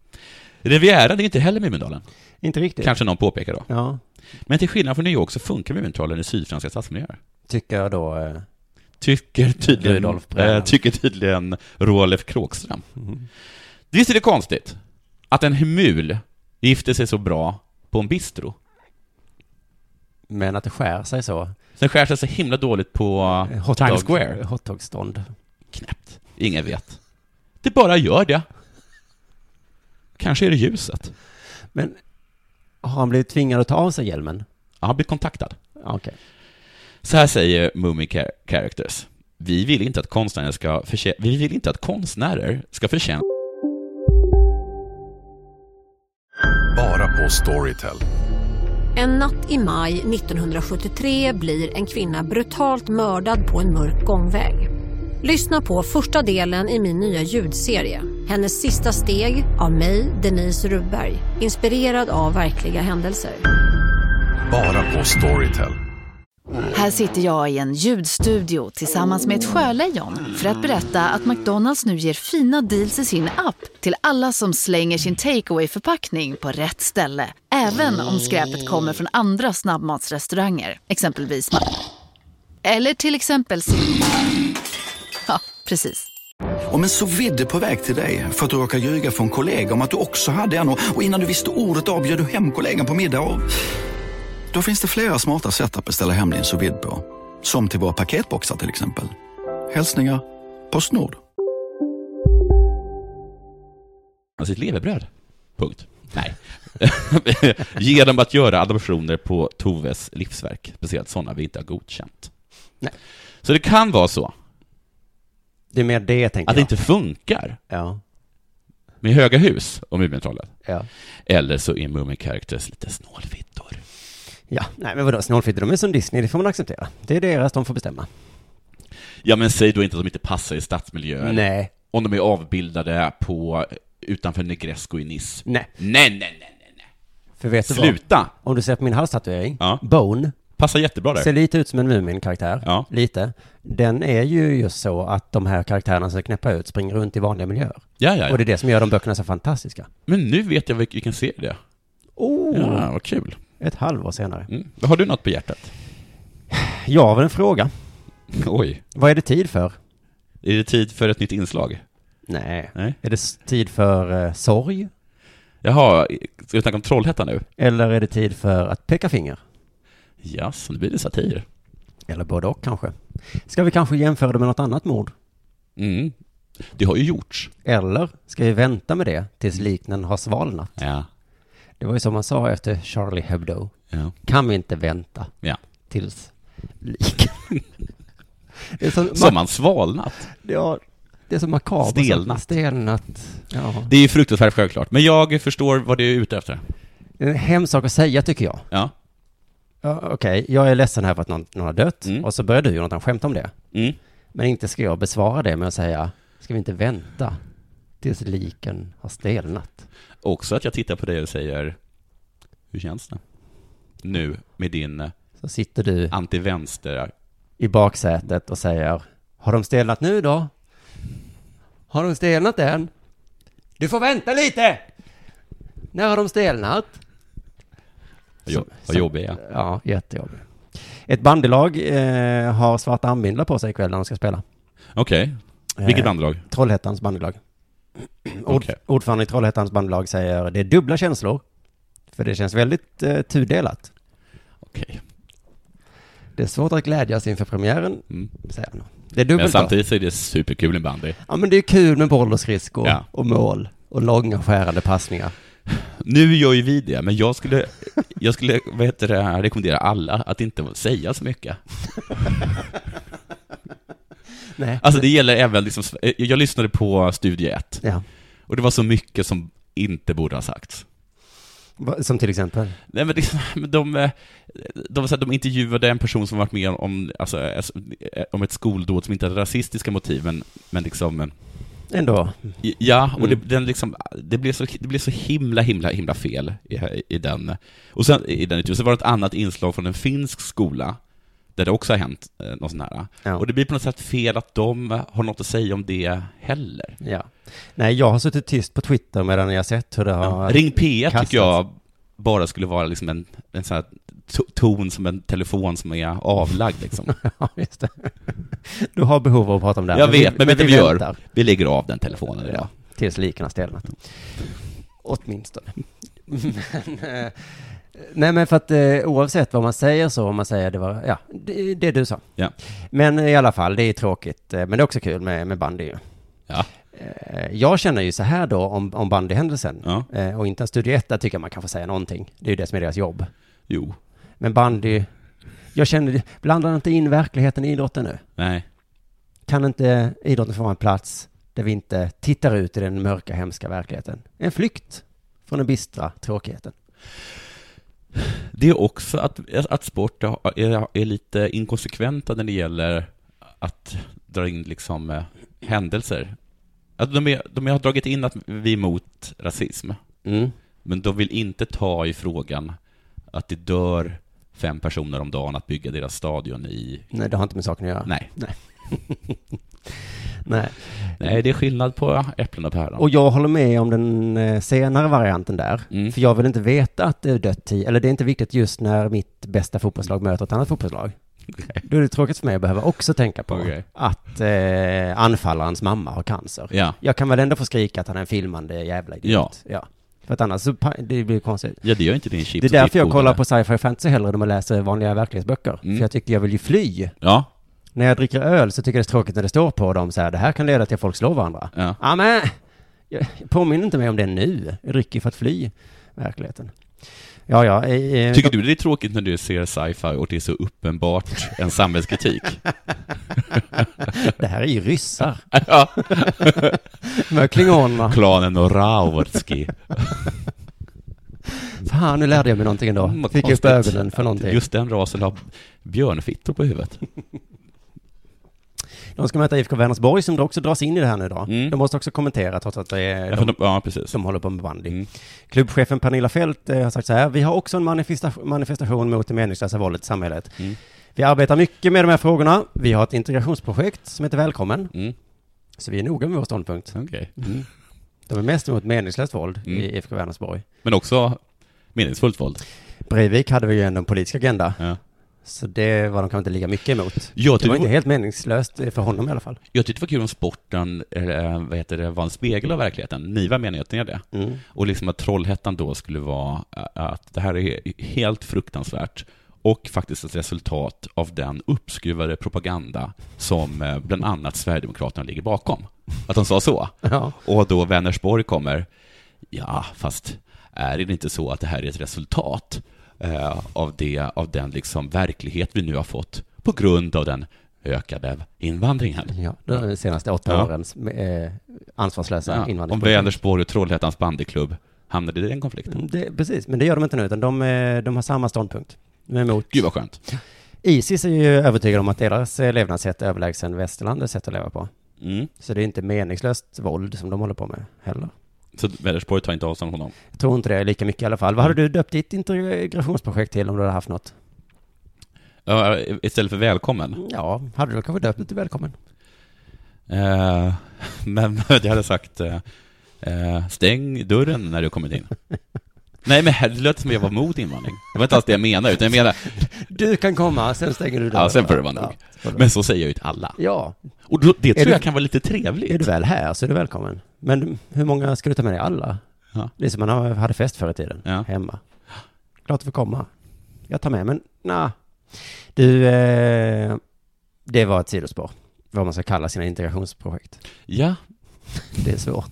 S8: Rivieran det är inte heller Mumindalen,
S7: Inte riktigt.
S8: kanske någon påpekar då.
S7: Ja,
S8: Men till skillnad från New York så funkar Mumindalen i sydfranska stadsmiljöer.
S7: tycker jag då. eh,
S8: Tycker tydligen,
S7: Rudolf Brennan.
S8: eh, tycker tydligen Rolf Kråkström. Visst är det konstigt att en hemul gifter sig så bra på en bistro?
S7: Men att det skär sig så.
S8: Sen skär sig så himla dåligt på
S7: Eh,
S8: Times Square.
S7: Hotdogstånd.
S8: Knäppt. Ingen vet. Det bara gör det. Kanske är det ljuset.
S7: Men har han blivit tvingad att ta av sig hjälmen?
S8: Ja, han blir kontaktad.
S7: Ja, Okej.
S8: Så här säger Mummy Char- Characters. Vi vill inte att konstnärer ska förtjä- Vi vill inte att konstnärer ska förtjäna
S6: Bara på Storytel.
S10: En natt i maj 1973 blir en kvinna brutalt mördad på en mörk gångväg. Lyssna på första delen i min nya ljudserie. Hennes sista steg av mig, Denise Rubberg. Inspirerad av verkliga händelser.
S6: Bara på Storytel.
S9: Här sitter jag i en ljudstudio tillsammans med ett sjölejon för att berätta att McDonalds nu ger fina deals i sin app till alla som slänger sin takeaway förpackning på rätt ställe. Även om skräpet kommer från andra snabbmatsrestauranger, exempelvis Ma- Eller till exempel Sil- Ja, precis.
S11: Om en så vidde på väg till dig för att du råkar ljuga från kollega om att du också hade en och och innan du visste ordet av bjöd du hem kollegan på middag och... Då finns det flera smarta sätt att beställa hem din sous vide på. Som till våra paketboxar till exempel. Hälsningar Postnord.
S8: sitt Alltså levebröd. Punkt. Nej. Genom att göra adoptioner på Toves livsverk. Speciellt sådana vi inte har godkänt.
S7: Nej.
S8: Så det kan vara så
S7: Det är mer det, tänker
S8: att det
S7: jag.
S8: inte funkar
S7: Ja.
S8: med höga hus och Mumintrollen.
S7: Ja.
S8: Eller så är Moomin Characters lite snålfittor.
S7: ja. Nej, men vadå? Snålfitter, de är som Disney. Det får man acceptera. Det är deras, de får bestämma.
S8: Ja, men säg då inte att de inte passar i stadsmiljöer.
S7: Nej.
S8: Om de är avbildade på utanför Negresco i Nice.
S7: Nej.
S8: Nej, nej, nej, nej, nej.
S7: För vet du Mm. vad?
S8: Sluta!
S7: Om du ser på min halstatuering,
S8: Ja.
S7: Bone,
S8: Passar jättebra där.
S7: ser lite ut som en Mumin-karaktär.
S8: Ja.
S7: Lite. Den är ju just så att de här karaktärerna som är knäppa ut springer runt i vanliga miljöer.
S8: Ja, ja, ja.
S7: Och det är det som gör de böckerna så fantastiska.
S8: Men nu vet jag vil- vilken serie det är.
S7: Oh,
S8: Ja, vad kul.
S7: ett halvår senare.
S8: Mm. Har du något på hjärtat?
S7: Jag har väl en fråga.
S8: Oj.
S7: Vad är det tid för?
S8: Är det tid för ett nytt inslag?
S7: Nej.
S8: Nej.
S7: Är det s- tid för eh, sorg?
S8: Jaha, ska vi snacka om Trollhättan nu?
S7: Eller är det tid för att peka finger?
S8: Ja, så nu blir det satir.
S7: Eller både och kanske. Ska vi kanske jämföra det med något annat mord?
S8: Mm. Det har ju gjorts.
S7: Eller ska vi vänta med det
S8: Mm.
S7: tills liknande har svalnat?
S8: Ja.
S7: Det var ju som man sa efter Charlie Hebdo.
S8: Ja.
S7: Kan vi inte vänta
S8: ja.
S7: tills lik? det är så,
S8: Som
S7: ma-
S8: man svalnat.
S7: ja, det är så makabert.
S8: Stelnat.
S7: Stelnat. Ja.
S8: Det är ju fruktansvärt självklart. Men jag förstår vad du är ute efter.
S7: Det är en hemsk sak att säga tycker jag.
S8: Ja.
S7: Ja, Okej, jag är ledsen här för att någon, någon har dött.
S8: Mm.
S7: Och så börjar du Jonathan skämta om det.
S8: Mm.
S7: Men inte ska jag besvara det med att säga, ska vi inte vänta tills liken har stelnat?
S8: Också att jag tittar på dig och säger, hur känns det? Nu med din eh,
S7: Så sitter du
S8: antivänster... eh,
S7: i baksätet och säger, har de stelnat nu då? Har de stelnat än? Du får vänta lite! När har de stelnat?
S8: Vad jo- vad
S7: så-
S8: jobbig jag är.
S7: Ja, jättejobbig. Ett bandylag eh, har svarta armbindlar på sig ikväll när de ska spela.
S8: Okej. Vilket bandlag?
S7: Trollhättans bandylag. Ord,
S8: Okej.
S7: Ordförande i Trollhättans bandylag säger det är dubbla känslor. För det känns väldigt eh, tudelat.
S8: Okej.
S7: Det är svårt att glädjas inför premiären,
S8: Mm.
S7: säger han. Det är
S8: Men
S7: dubbelt då.
S8: samtidigt så är det superkul med bandy.
S7: Ja men det är kul med boll och skridskor
S8: Ja.
S7: och mål och långa skärande passningar.
S8: Nu gör ju vi det, men jag skulle, jag skulle vad heter det, rekommendera alla att inte säga så mycket.
S7: Nej.
S8: Alltså det gäller även liksom, jag lyssnade på Studie 1
S7: Ja.
S8: och det var så mycket som inte borde ha sagts.
S7: Va- Som till exempel.
S8: Nej men det, men de, eh, de, de, de intervjuade en person som varit med om, alltså, eh, om ett skoldåd som inte hade rasistiska motiv, men, men liksom eh,
S7: Ändå.
S8: Ja, och
S7: Mm.
S8: det, den liksom, det, blev så, det blev så himla, himla, himla fel i, i den. Och sen, i den intervjun, så var det ett annat inslag från en finsk skola, där det också har hänt eh, något sånt här.
S7: Ja.
S8: Och det blir på något sätt fel att de har något att säga om det heller.
S7: Ja. Nej, jag har suttit tyst på Twitter medan jag sett hur det har...
S8: Ring P1
S7: kastats.
S8: tycker jag bara skulle vara liksom en, en sån här to- ton som en telefon som är avlagd liksom.
S7: Ja, just det. Du har behov av att prata om det här.
S8: Jag vet, men vet du vad vi
S7: väntar
S8: gör? Vi lägger av den telefonen idag.
S7: Tills liken har stelnat. Åtminstone. Men, eh, Nej men för att eh, oavsett vad man säger så, om man säger det var, ja, det, det du sa.
S8: Ja.
S7: Men i alla fall, det är tråkigt, eh, men det är också kul med, med bandy ju.
S8: Ja.
S7: Eh, Jag känner ju så här då om, om bandyhändelsen,
S8: Ja.
S7: Eh, och inte en studie ett, där tycker jag man kan få säga någonting. Det är ju det som är deras jobb.
S8: Jo.
S7: Men bandy, jag känner, blandar inte in verkligheten i idrotten nu.
S8: Nej.
S7: Kan inte idrotten få vara en plats där vi inte tittar ut i den mörka, hemska verkligheten? En flykt från den bistra tråkigheten.
S8: Det är också att, att sport är, är lite inkonsekventa när det gäller att dra in liksom eh, händelser. Att de, är, de har dragit in att vi är emot rasism,
S7: Mm.
S8: men de vill inte ta i frågan att det dör fem personer om dagen att bygga deras stadion i...
S7: Nej, det har inte med saken att göra.
S8: Nej.
S7: Nej. Nej.
S8: Nej, det är skillnad på äpplen och päron.
S7: Och jag håller med om den eh, senare varianten där.
S8: Mm.
S7: För jag vill inte veta att det är dött tid, eller det är inte viktigt just när mitt bästa fotbollslag möter ett annat fotbollslag. Då är det tråkigt för mig att behöva också tänka på
S8: Okej.
S7: att eh, anfallarens mamma har cancer.
S8: Ja.
S7: Jag kan väl ändå få skrika att han är en filmande jävla idiot.
S8: Ja.
S7: För att annars så pa- det blir konstigt.
S8: Ja, det gör inte din chips
S7: Det är
S8: och
S7: därför jag kollar
S8: chipodlare.
S7: på sci-fi och fantasy hellre än att läsa vanliga verklighetsböcker.
S8: Mm.
S7: För jag tycker jag vill ju fly.
S8: Ja,
S7: När jag dricker öl så tycker jag det är tråkigt när det står på dem så här, det här kan leda till att folk slår varandra.
S8: ja.
S7: Ja, men jag- påminn inte mig om det nu. Jag dricker för att fly verkligheten. Ja, ja. eh, eh,
S8: Tycker du det är tråkigt när du ser sci-fi och det är så uppenbart en samhällskritik?
S7: Det här är ju ryssar.
S8: ja.
S7: Med klingonerna.
S8: Klanen och Rautski.
S7: Fan, nu lärde jag mig någonting
S8: Mm,
S7: ändå.
S8: vad
S7: Fick upp
S8: konstigt
S7: ögonen för
S8: att
S7: någonting.
S8: Just den rasen har björnfittor på huvudet.
S7: De ska möta IFK Vänersborg som också dras in i det här nu då.
S8: Mm.
S7: De måste också kommentera trots att det är
S8: Ja,
S7: de
S8: för de, ja precis.
S7: som håller på med bandy.
S8: Mm.
S7: Klubbchefen Pernilla Fält eh, har sagt så här, vi har också en manifesta- manifestation mot det meningslösa våldet i samhället.
S8: Mm.
S7: Vi arbetar mycket med de här frågorna. Vi har ett integrationsprojekt som heter Välkommen.
S8: Mm.
S7: Så vi är noga med vår ståndpunkt.
S8: Okej.
S7: Mm. De är mest emot meningslöst våld
S8: Mm.
S7: i IFK Vänersborg.
S8: Men också meningsfullt våld.
S7: Breivik hade vi ju ändå en politisk agenda.
S8: Ja.
S7: Så det var de kanske inte lika mycket emot.
S8: Jag
S7: Det var
S8: tyckte,
S7: inte helt meningslöst eh, för honom i alla fall.
S8: jag tyckte det var kul om sporten, eh, vad heter det, var en spegel av verkligheten. Niva menar jag att den är det.
S7: Mm.
S8: Och liksom att Trollhättan då skulle vara eh, att det här är helt fruktansvärt och faktiskt ett resultat av den uppskruvade propaganda som eh, bland annat Sverigedemokraterna ligger bakom. Att de sa så.
S7: Ja.
S8: Och då Vänersborg kommer, ja, fast är det inte så att det här är ett resultat eh, av, det, av den liksom verklighet vi nu har fått på grund av den ökade invandringen?
S7: Ja, de senaste åtta
S8: Ja.
S7: årens eh, ansvarslösa
S8: Ja, om
S7: invandringspolitik.
S8: Vänersborg och Trollhättans bandyklubb hamnade i den konflikten.
S7: Mm, Det, precis, men det gör de inte nu, utan de, eh, de har samma ståndpunkt. De är emot.
S8: Gud vad skönt.
S7: Isis är ju övertygade om att deras eh, levnadssätt är överlägsen västerlandets sätt att leva på.
S8: Mm.
S7: Så det är inte meningslöst våld som de håller på med heller.
S8: Så Vänersborg tar inte avstånd från dem.
S7: Jag tror inte det är lika mycket i alla fall. Vad hade du döpt ditt integrationsprojekt till om du hade haft något?
S8: Ja, istället för välkommen.
S7: Ja, hade du kanske döpt det till välkommen?
S8: Eh, men jag hade sagt eh, eh, stäng dörren när du kommit in. Nej men här- det lät som jag var mot invandring. Det var inte alls det jag menade, utan jag menar
S7: Du kan komma, sen stänger du dörren.
S8: Ja, sen får det vara nog. Men så säger jag ju till alla.
S7: Ja,
S8: Och då, det tror
S7: du-
S8: jag kan vara lite
S7: är du
S8: trevligt.
S7: väl här så är du välkommen. Men hur många ska du ta med dig? Alla?
S8: Ja.
S7: Det är som man har- hade fest förr i tiden,
S8: Ja.
S7: hemma. Klart du får komma. Jag tar med, men nja. Du, eh, det var ett sidospår. Vad man ska kalla sina integrationsprojekt.
S8: Ja,
S7: Det är svårt.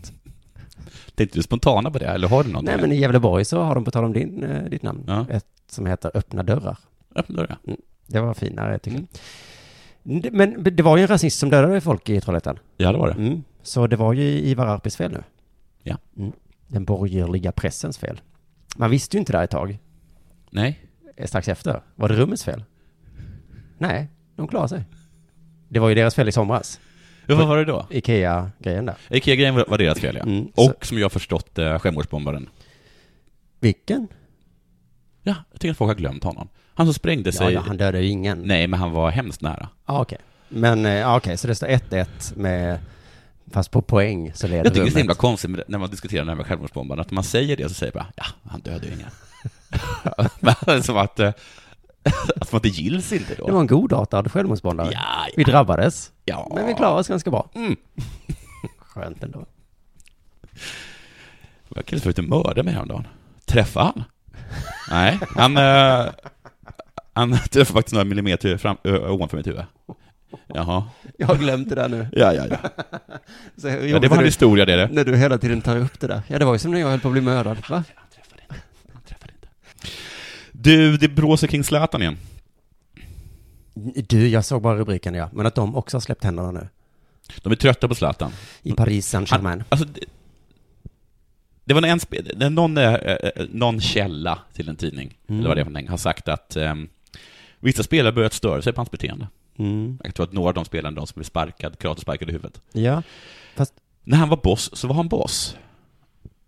S8: tänkte du spontana på det, eller har du någon?
S7: Nej, men i Gävleborg så har de på tal om din, eh, ditt namn,
S8: Ja.
S7: ett som heter Öppna dörrar. Mm,
S8: Öppna dörren.
S7: Det var finare, tycker
S8: Mm.
S7: jag. Det- Men det var ju en rasist som dödade folk i Trollhättan.
S8: Ja, det var det.
S7: Mm. Så det var ju Ivar Arpis fel nu.
S8: Ja.
S7: Mm. Den borgerliga pressens fel. Man visste ju inte det här ett tag,
S8: Nej.
S7: eh, strax efter. Var det rummets fel? Nej, de klarade sig. Det var ju deras fel i somras.
S8: Ja, vad var det då?
S7: Ikea-grejen där.
S8: Ikea-grejen var var deras fel, ja.
S7: Mm, så-
S8: Och som jag har förstått det, självmordsbombaren.
S7: Vilken?
S8: Ja, jag tycker att folk har glömt honom. Han som sprängde
S7: Ja,
S8: sig.
S7: ja, han dödade ju ingen.
S8: Nej, men han var hemskt nära.
S7: Ja, okej. Men, eh, ja, okej, så det står 1-1 med, fast på poäng så leder
S8: Jag tycker det är så
S7: rummet.
S8: himla konstigt med det- när man diskuterar det här med självmordsbombaren, att när man säger det så säger man ja, han dödade ju ingen. men som att, eh, att man inte gills inte då.
S7: Det var en godartad självmordsbombare.
S8: Ja,
S7: Vi drabbades.
S8: Ja.
S7: Men vi klarade oss ganska bra.
S8: Mm.
S7: Skönt ändå.
S8: Det var en kille som försökte mörda mig häromdagen. Träffade han? Nej, han, eh, han träffade faktiskt några millimeter fram, ö, ovanför mitt huvud. Jaha.
S7: Jag har glömt det där nu.
S8: Ja, ja, ja.
S7: Så,
S8: ja det var en historia det. det.
S7: När du hela tiden tar upp det där. Ja, det var ju som när jag höll på att bli mördad, va?
S8: Du, det blåser kring Zlatan igen.
S7: Du, jag såg bara rubriken ja. Men att de också har släppt händerna nu.
S8: De är trötta på Zlatan.
S7: I Paris Saint-Germain.
S8: Alltså, det, det var en, sp- det- någon, eh, eh, någon källa till en tidning,
S7: Mm.
S8: eller vad det är för någonting, har sagt att ehm, vissa spelare börjat störa sig på hans beteende.
S7: Mm.
S8: Jag tror att några av de spelarna, de som blev sparkad, kratosparkade i huvudet.
S7: Ja.
S8: När han var boss så var han boss.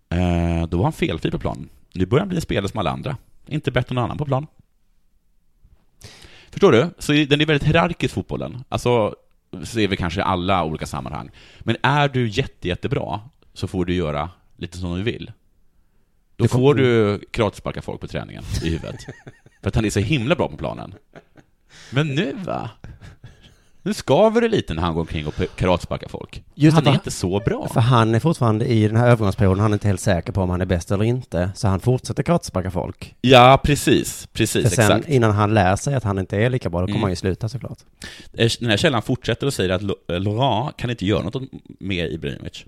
S8: Eh, då var han felfri på planen. Nu börjar han bli en spelare som alla andra. Inte bättre än någon annan på plan. Förstår du? Så i- den är väldigt hierarkisk, fotbollen. Alltså, ser vi kanske i alla olika sammanhang. Men är du jätte, jättebra så får du göra lite som du vill. Då
S7: Det kom-
S8: får du kratosparka folk på träningen i huvudet. för att han är så himla bra på planen. Men nu va? Nu skaver det lite när han går omkring och karatesparkar folk.
S7: Just
S8: han
S7: det,
S8: är
S7: va?
S8: inte så bra.
S7: För han är fortfarande i den här övergångsperioden, han är inte helt säker på om han är bäst eller inte. Så han fortsätter kratesparka folk.
S8: Ja, precis.
S7: För
S8: Precis,
S7: sen
S8: exakt.
S7: innan han lär sig att han inte är lika bra, då kommer
S8: Mm.
S7: han ju sluta såklart.
S8: Eh, Den här källan fortsätter och säger att Lo- eh, Laurent kan inte göra något med Ibrahimovic.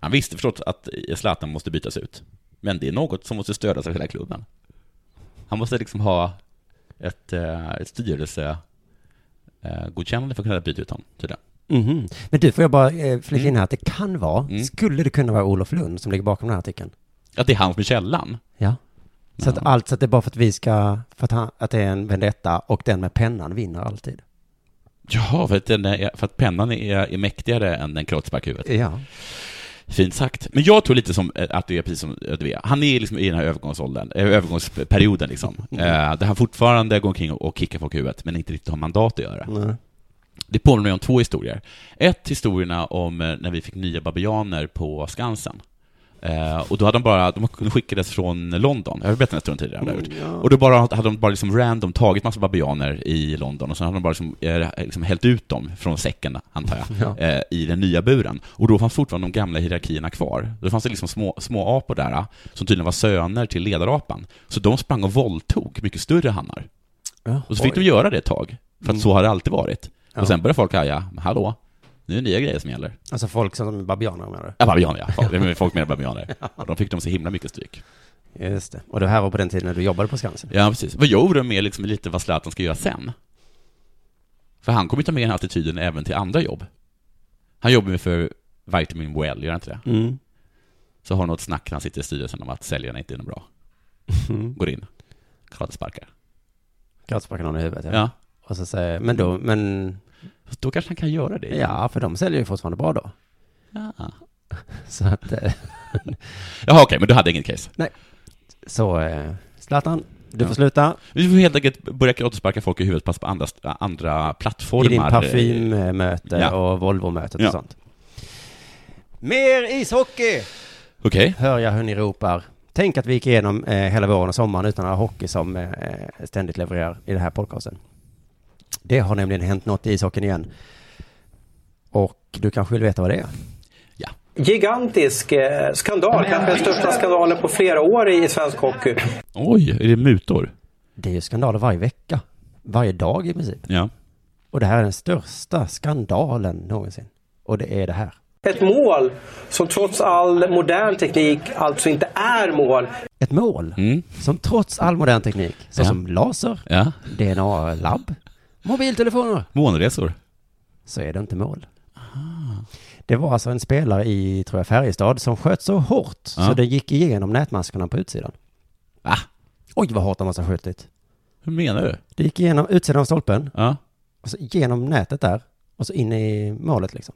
S8: Han visste förstås att eh, Zlatan måste bytas ut. Men det är något som måste stödjas av hela klubben. Han måste liksom ha ett, eh, ett styrelsegodkännande för att kunna byta ut honom, tydligen.
S7: Mhm. Men du, får jag bara eh, flika in här att det kan vara,
S8: Mm.
S7: skulle det kunna vara Olof Lund som ligger bakom den här artikeln?
S8: Att det är han som är källan.
S7: Ja. Så att allt, så att det är bara för att vi ska, för att, han, att det är en vendetta och den med pennan vinner alltid.
S8: Jaha, för att, den är, för att pennan är, är mäktigare än en krattspark i huvudet.
S7: Ja.
S8: Fint sagt. Men jag tror lite som eh, att det är precis som eh, du är. Han är liksom i den här övergångsåldern, eh, övergångsperioden liksom. Eh, Där han fortfarande går omkring och och kickar folk i huvudet, men inte riktigt har mandat att göra.
S7: Nej.
S8: Det påminner mig om två historier. Ett, historierna om eh, när vi fick nya babianer på Skansen. Eh, och då hade de bara, de skickades från London, jag har berättat den här historien tidigare. eller
S7: Mm,
S8: hur? Och då bara, hade de bara liksom random tagit massa babianer i London och sen hade de bara liksom, eh, liksom hällt ut dem från säcken, antar jag,
S7: Ja.
S8: eh, i den nya buren. Och då fanns fortfarande de gamla hierarkierna kvar. Då fanns det liksom små, små apor där, eh, som tydligen var söner till ledarapan. Så de sprang och våldtog mycket större hannar.
S7: Ja,
S8: Och så fick
S7: oj.
S8: de göra det ett tag, för att
S7: Mm.
S8: så har det alltid varit.
S7: Ja.
S8: Och sen börjar folk haja, "Men hallå, nu är det nya grejer som gäller.
S7: Alltså folk som är babianer menar du?
S8: Ja, babianer ja. Folk- det är Folk med babianer. Och de fick dem så himla mycket stryk.
S7: Just det. Och det här var på den tiden när du jobbade på Skansen?
S8: Ja, precis. Vad jag oroar mig är liksom lite vad Zlatan ska göra sen. För han kommer ju ta med den här attityden även till andra jobb. Han jobbar ju för Vitamin Well, gör han inte det?
S7: Mm.
S8: Så har han något snack när han sitter i styrelsen om att säljarna inte är något bra.
S7: Mm.
S8: Går in, kratesparkar.
S7: Kratesparkar någon i huvudet ja.
S8: Ja.
S7: Och så säger, men då, men,
S8: Så Då kanske han kan göra det.
S7: ja för de säljer ju fortfarande bra då.
S8: ja.
S7: Så att, eh,
S8: Jaha, okej, men du hade inget case.
S7: så eh, Zlatan, du
S8: Ja.
S7: får sluta.
S8: Vi får helt enkelt börja kratesparka folk i huvudet fast på andra, andra plattformar.
S7: I din parfymmöte
S8: Ja.
S7: och Volvo-mötet
S8: Ja.
S7: och sånt. Mer ishockey!
S8: Okej.
S7: Hör jag hur ni ropar. Tänk att vi gick igenom eh, hela våren och sommaren utan att ha hockey som eh, ständigt levererar i den här podcasten. Det har nämligen hänt något i ishockeyn igen. Och du kanske vill veta vad det är?
S12: Gigantisk eh, skandal, kanske den största skandalen på flera år i svensk hockey.
S8: Oj, är det mutor?
S7: Det är ju skandaler varje vecka. Varje dag i princip.
S8: Ja.
S7: Och det här är den största skandalen någonsin. Och det är det här.
S12: Ett mål som trots all modern teknik alltså inte är mål.
S7: Ett mål
S8: Mm.
S7: som trots all modern teknik, såsom laser,
S8: Ja.
S7: DNA-labb, mobiltelefoner,
S8: Månresor?
S7: så är det inte mål. Det var alltså en spelare i, tror jag, Färjestad som sköt så hårt så
S8: Ja.
S7: det gick igenom nätmaskerna på utsidan.
S8: Va?
S7: Oj, vad hårt de måste ha skjutit.
S8: Ah, Hur menar du?
S7: Det gick igenom utsidan av stolpen,
S8: Ja.
S7: och så genom nätet där, och så in i målet liksom.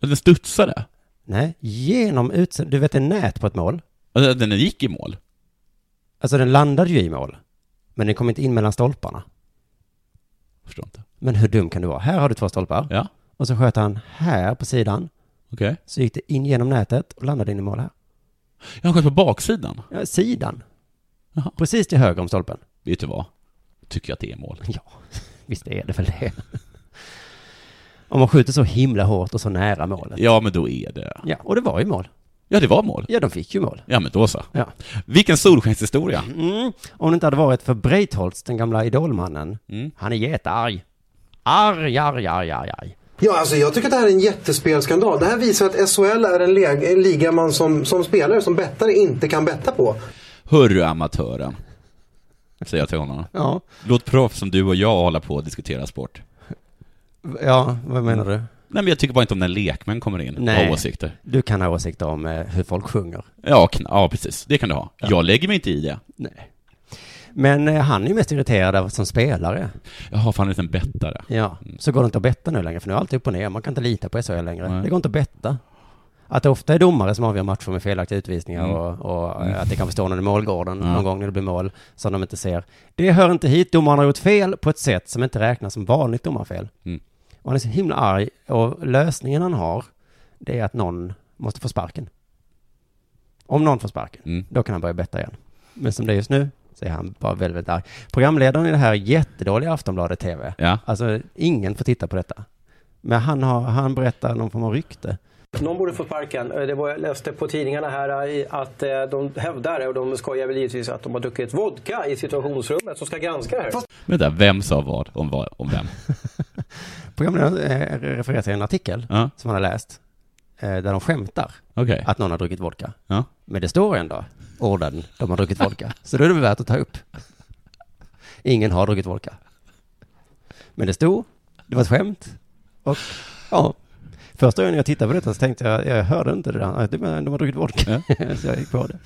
S8: Den studsade.
S7: Nej, genom ut... Du vet, en nät på ett mål.
S8: Alltså, Den gick i mål.
S7: Alltså, den landade ju i mål. Men den kom inte in mellan stolparna.
S8: Förstår inte.
S7: Men hur dum kan du vara? Här har du två stolpar.
S8: Ja.
S7: Och så sköt han här på sidan.
S8: Okej.
S7: Så gick det in genom nätet och landade in i mål här.
S8: Jag sköt på baksidan.
S7: Ja, sidan. Precis till höger om stolpen.
S8: Vet du vad? Tycker jag att det är mål.
S7: Ja, visst är det väl det. Om man skjuter så himla hårt och så nära målet.
S8: Ja, men då är det.
S7: Ja, och det var ju mål.
S8: Ja, det var mål.
S7: Ja, de fick ju mål.
S8: Ja, men då så.
S7: Ja.
S8: Vilken solskenshistoria.
S7: Mm. Om det inte hade varit för Breitholtz, den gamla idolmannen. Han är jättearg. Arg, arg, arg, arg, arg.
S12: Ja, alltså jag tycker att det här är en jättespelskandal. Det här visar att SHL är en, leg- en liga man som, som spelare, som bettare, inte kan betta på.
S8: Hörru amatören. Säger jag till honom.
S7: Ja.
S8: Låt proffs som du och jag hålla på och diskutera sport.
S7: Ja, vad menar du?
S8: Nej, men jag tycker bara inte om när lekmän kommer in och har åsikter.
S7: Du kan ha åsikter om eh, hur folk sjunger.
S8: Ja, kn- ja, precis. Det kan du ha. Jag lägger mig inte i det.
S7: Nej. Men eh, han är ju mest irriterad av som spelare.
S8: Jaha, för han är en liten bettare.
S7: Ja, så går det inte att betta nu längre, för nu är allt upp och ner. Man kan inte lita på SHL längre.
S8: Nej.
S7: Det går inte att betta. Att det ofta är domare som avgör matcher med felaktiga utvisningar
S8: Mm.
S7: och, och
S8: Mm.
S7: eh, att det kanske står någon i målgården
S8: Ja.
S7: någon gång när det blir mål som de inte ser. Det hör inte hit. Domaren har gjort fel på ett sätt som inte räknas som vanligt domarfel.
S8: Mm.
S7: Och han är så himla arg och lösningen han har det är att någon måste få sparken. Om någon får sparken,
S8: Mm.
S7: då kan han börja betta igen. Men som det är just nu så är han bara väldigt, väldigt arg. Programledaren i det här jättedåliga Aftonbladet TV,
S8: Ja.
S7: alltså ingen får titta på detta. Men han, har, han berättar någon form av rykte.
S12: Någon borde få sparken. Eh, Det var, jag läste på tidningarna här eh, i- att eh, de hävdar, och de skojar väl givetvis, att de har druckit vodka i situationsrummet som ska granska det här.
S8: Vänta, vem sa vad om, vad, om vem?
S7: Programledaren eh, refererar till en artikel
S8: Ja.
S7: som han har läst, eh, där de skämtar
S8: Okej.
S7: att någon har druckit vodka.
S8: Ja.
S7: Men det står ändå orden, de har druckit vodka. Så då är det väl värt att ta upp. Ingen har druckit vodka. Men det stod, det var ett skämt. Och ja, första gången jag tittade på detta så tänkte jag, jag hörde inte det där. Det var- De har druckit vodka. så jag gick på det.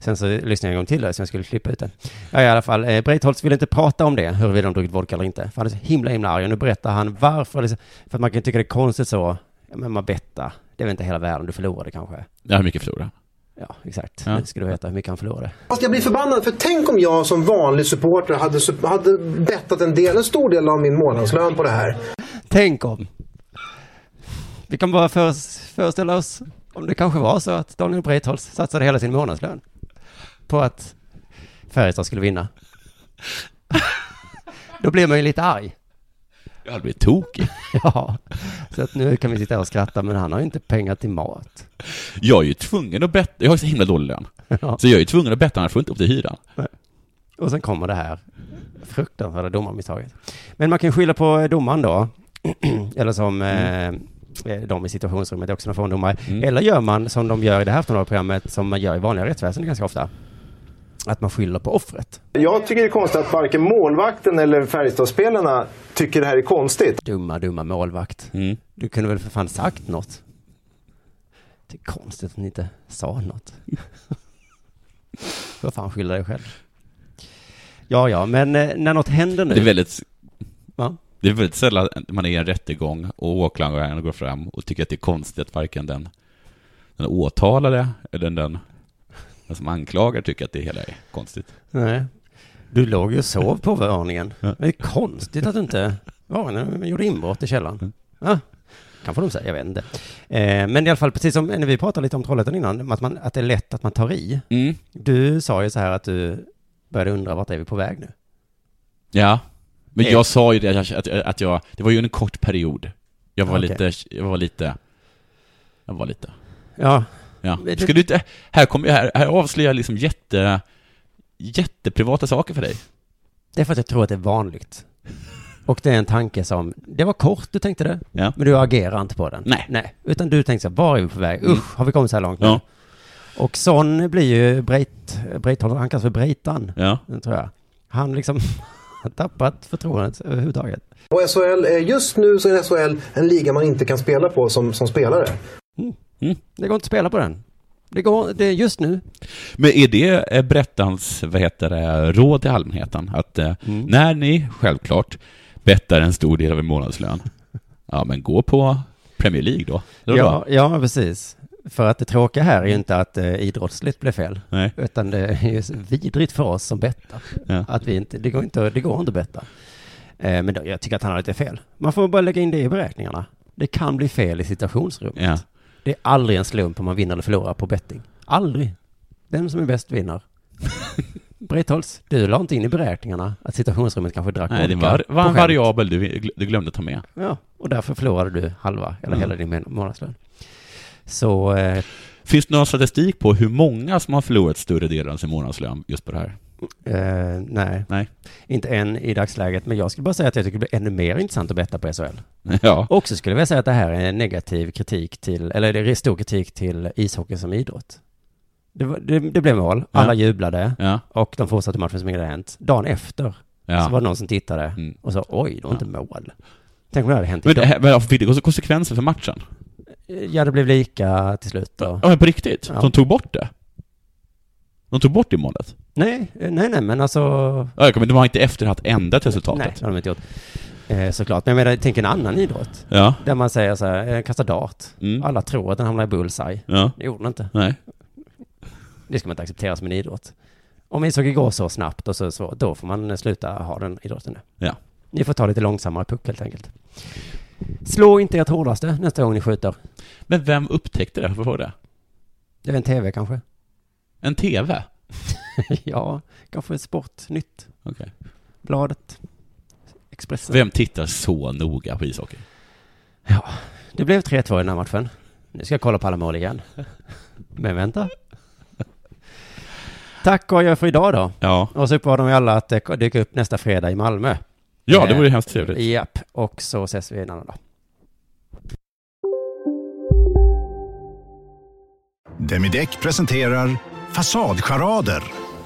S7: Sen så lyssnade jag en gång till där, så jag skulle klippa ut den. Ja, i alla fall, eh, Breitholtz ville inte prata om det, huruvida de druckit vodka eller inte. För han är så himla, himla arg. Och nu berättar han varför. Liksom, för att man kan tycka det är konstigt så. Ja, men man bettar. Det är väl inte hela världen, du förlorade kanske.
S8: Jag har mycket förlora.
S7: Ja, exakt.
S8: Ja.
S7: Nu ska du veta hur mycket han förlorade.
S12: Fast jag blir förbannad, för tänk om jag som vanlig supporter hade, sup- hade bettat en, del, en stor del av min månadslön på det här.
S7: Tänk om. Vi kan bara för, föreställa oss om det kanske var så att Daniel Breitholtz satsade hela sin månadslön på att Färjestad skulle vinna. Då blir man ju lite arg.
S8: Jag hade blivit tokig.
S7: Ja, så att nu kan vi sitta här och skratta, men han har ju inte pengar till mat.
S8: Jag är ju tvungen att betta. Jag har ju så himla dålig lön.
S7: Ja.
S8: Så jag är ju tvungen att betta, annars får jag inte upp till hyran.
S7: Och sen kommer det här fruktansvärda domarmisstaget. Men man kan ju skylla på eh, domaren då, eller som eh, de i situationsrummet är också någon form av domare. Eller gör man som de gör i det här Aftonbladet-programmet, som man gör i vanliga rättsväsendet ganska ofta, att man skyller på offret.
S13: Jag tycker det är konstigt att varken målvakten eller Färjestadsspelarna tycker det här är konstigt.
S7: Dumma, dumma målvakt.
S8: Mm.
S7: Du kunde väl för fan sagt något? Det är konstigt att ni inte sa något. Vad fan skylla dig själv. Ja, ja, men eh, när något händer nu...
S8: Det är väldigt...
S7: Va?
S8: Det är väldigt sällan man är i en rättegång och åklagaren går fram och tycker att det är konstigt att varken den, den åtalade eller den, den som anklagar tycker att det hela är konstigt.
S7: Nej. Du låg ju och sov på våningen. Det är konstigt att du inte var när du gjorde inbrott i källaren. Ja, kan få de säga, jag vet inte. Eh, men i alla fall, precis som när vi pratade lite om Trollhättan innan, att, man, att det är lätt att man tar i.
S8: Mm.
S7: Du sa ju så här att du började undra vart är vi på väg nu?
S8: Ja, men
S7: Eh.
S8: jag sa ju det att, jag- att, att jag... Det var ju en kort period. Jag var
S7: Ah, Okej.
S8: lite... Jag var lite... Jag var lite...
S7: Ja,
S8: Ja.
S7: Men det-
S8: Ska du inte... Här kommer jag... Här, här avslöjar jag liksom jätte... Jätteprivata saker för dig.
S7: det är för att jag tror att det är vanligt. Och det är en tanke som, det var kort du tänkte det,
S8: Ja.
S7: men du agerar inte på den.
S8: Nej. Mm.
S7: Nej, utan du tänkte så här, var är vi på väg? Usch, har vi kommit så här långt nu?
S8: Ja.
S7: Och sån blir ju Breit, Breitholm, han kallas för Breitan.
S8: Ja.
S7: Den tror jag. Han liksom har tappat förtroendet överhuvudtaget.
S12: Och SHL, eh, just nu så är SHL en liga man inte kan spela på som, som spelare.
S7: Mm. Det går inte att spela på den. Det går, det är just nu.
S8: Men är det eh, Brettans, vad heter det, råd till allmänheten? Att eh,
S7: Mm.
S8: när ni, självklart, bettar en stor del av en månadslön, ja men gå på Premier League då? Det var
S7: Ja,
S8: bra.
S7: ja, precis. För att det tråkiga här är ju inte att eh, idrottsligt blev fel,
S8: Nej.
S7: utan det är ju så vidrigt för oss som bettar.
S8: Ja.
S7: Att vi inte, det går inte, det går inte att betta. Eh, men då, jag tycker att han har lite fel. Man får bara lägga in det i beräkningarna. Det kan bli fel i situationsrummet.
S8: Ja.
S7: Det är aldrig en slump om man vinner eller förlorar på betting. Aldrig. Den som är bäst vinner. Breitholtz, du la inte in i beräkningarna att situationsrummet kanske drack
S8: Nej, det
S7: vodka
S8: var,
S7: på
S8: var en
S7: skämt.
S8: variabel du, du glömde ta med.
S7: Ja, och därför förlorade du halva, eller
S8: Mm.
S7: hela din mån- månadslön. Så... Eh,
S8: Finns det någon statistik på hur många som har förlorat större delen av sin månadslön just på det här?
S7: Eh, nej. inte än i dagsläget. Men jag skulle bara säga att jag tycker det blir ännu mer intressant att betta på SHL.
S8: Ja.
S7: Och så skulle jag vilja säga att det här är en negativ kritik till, eller det är stor kritik till ishockey som idrott. Det, var, det, det blev mål, alla jublade
S8: Ja.
S7: och de fortsatte matchen som inget hade hänt. Dagen efter
S8: Ja. Mm.
S7: så var det någon som tittade och sa oj, det var inte mål. Tänk om det hade hänt
S8: Men, det
S7: idag.
S8: här- men fick det konsekvenser för matchen?
S7: Ja, det blev lika till slut då.
S8: Ja, men på riktigt?
S7: Ja.
S8: De tog bort det? De tog bort det målet?
S7: Nej, eh, nej, nej, men alltså...
S8: Ja, jag kommer- De har inte i efterhand ändrat resultatet?
S7: Nej, det har de inte gjort. Eh, såklart. Men jag menar, tänk en annan idrott.
S8: Ja.
S7: Där man säger så här, eh, kasta dart. Alla tror att den hamnar i bullseye.
S8: Ja.
S7: Det gjorde den inte.
S8: Nej.
S7: Det ska man inte acceptera som en idrott. Om ishockey går så snabbt och så, så då får man eh, sluta ha den idrotten nu.
S8: Ja.
S7: Ni får ta lite långsammare puck helt enkelt. Slå inte ert hårdaste nästa gång ni skjuter.
S8: Men vem upptäckte det? Varför var det?
S7: Det är en TV kanske?
S8: En TV?
S7: ja, kanske ett Sportnytt.
S8: Okej.
S7: Bladet. Expressen.
S8: Vem tittar så noga på ishockey?
S7: Det blev 3-2 i den här matchen. Nu ska jag kolla på alla mål igen. Men vänta. Tack och jag för idag då.
S8: Ja.
S7: Och så uppmanar vi alla att eh, dyka upp nästa fredag i Malmö.
S8: Ja, det vore
S7: Eh,
S8: hemskt trevligt.
S7: Japp, och så ses vi en annan dag.
S14: Demideck presenterar Fasadcharader.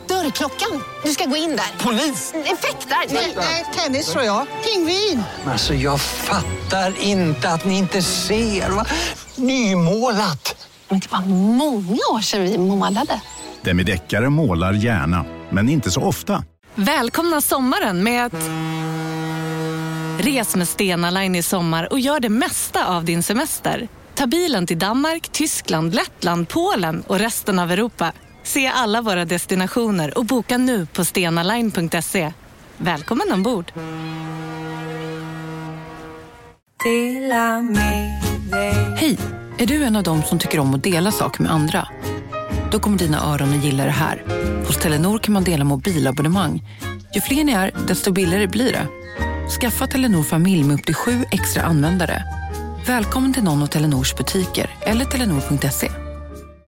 S15: Dörrklockan. Du ska gå in där. Polis? Effektar? Nej, tennis tror jag. Pingvin.
S16: Alltså jag fattar inte att ni inte ser. Va? Nymålat.
S15: Men det var många år sedan vi målade.
S14: Demideckare målar gärna, men inte så ofta.
S17: Välkomna sommaren med att... Res med Stena Line i sommar och gör det mesta av din semester. Ta bilen till Danmark, Tyskland, Lettland, Polen och resten av Europa. Se alla våra destinationer och boka nu på stenaline.se. Välkommen ombord!
S18: Hej! Är du en av dem som tycker om att dela saker med andra? Då kommer dina öron att gilla det här. Hos Telenor kan man dela mobilabonnemang. Ju fler ni är, desto billigare blir det. Skaffa Telenor familj med upp till sju extra användare. Välkommen till någon av Telenors butiker eller telenor.se.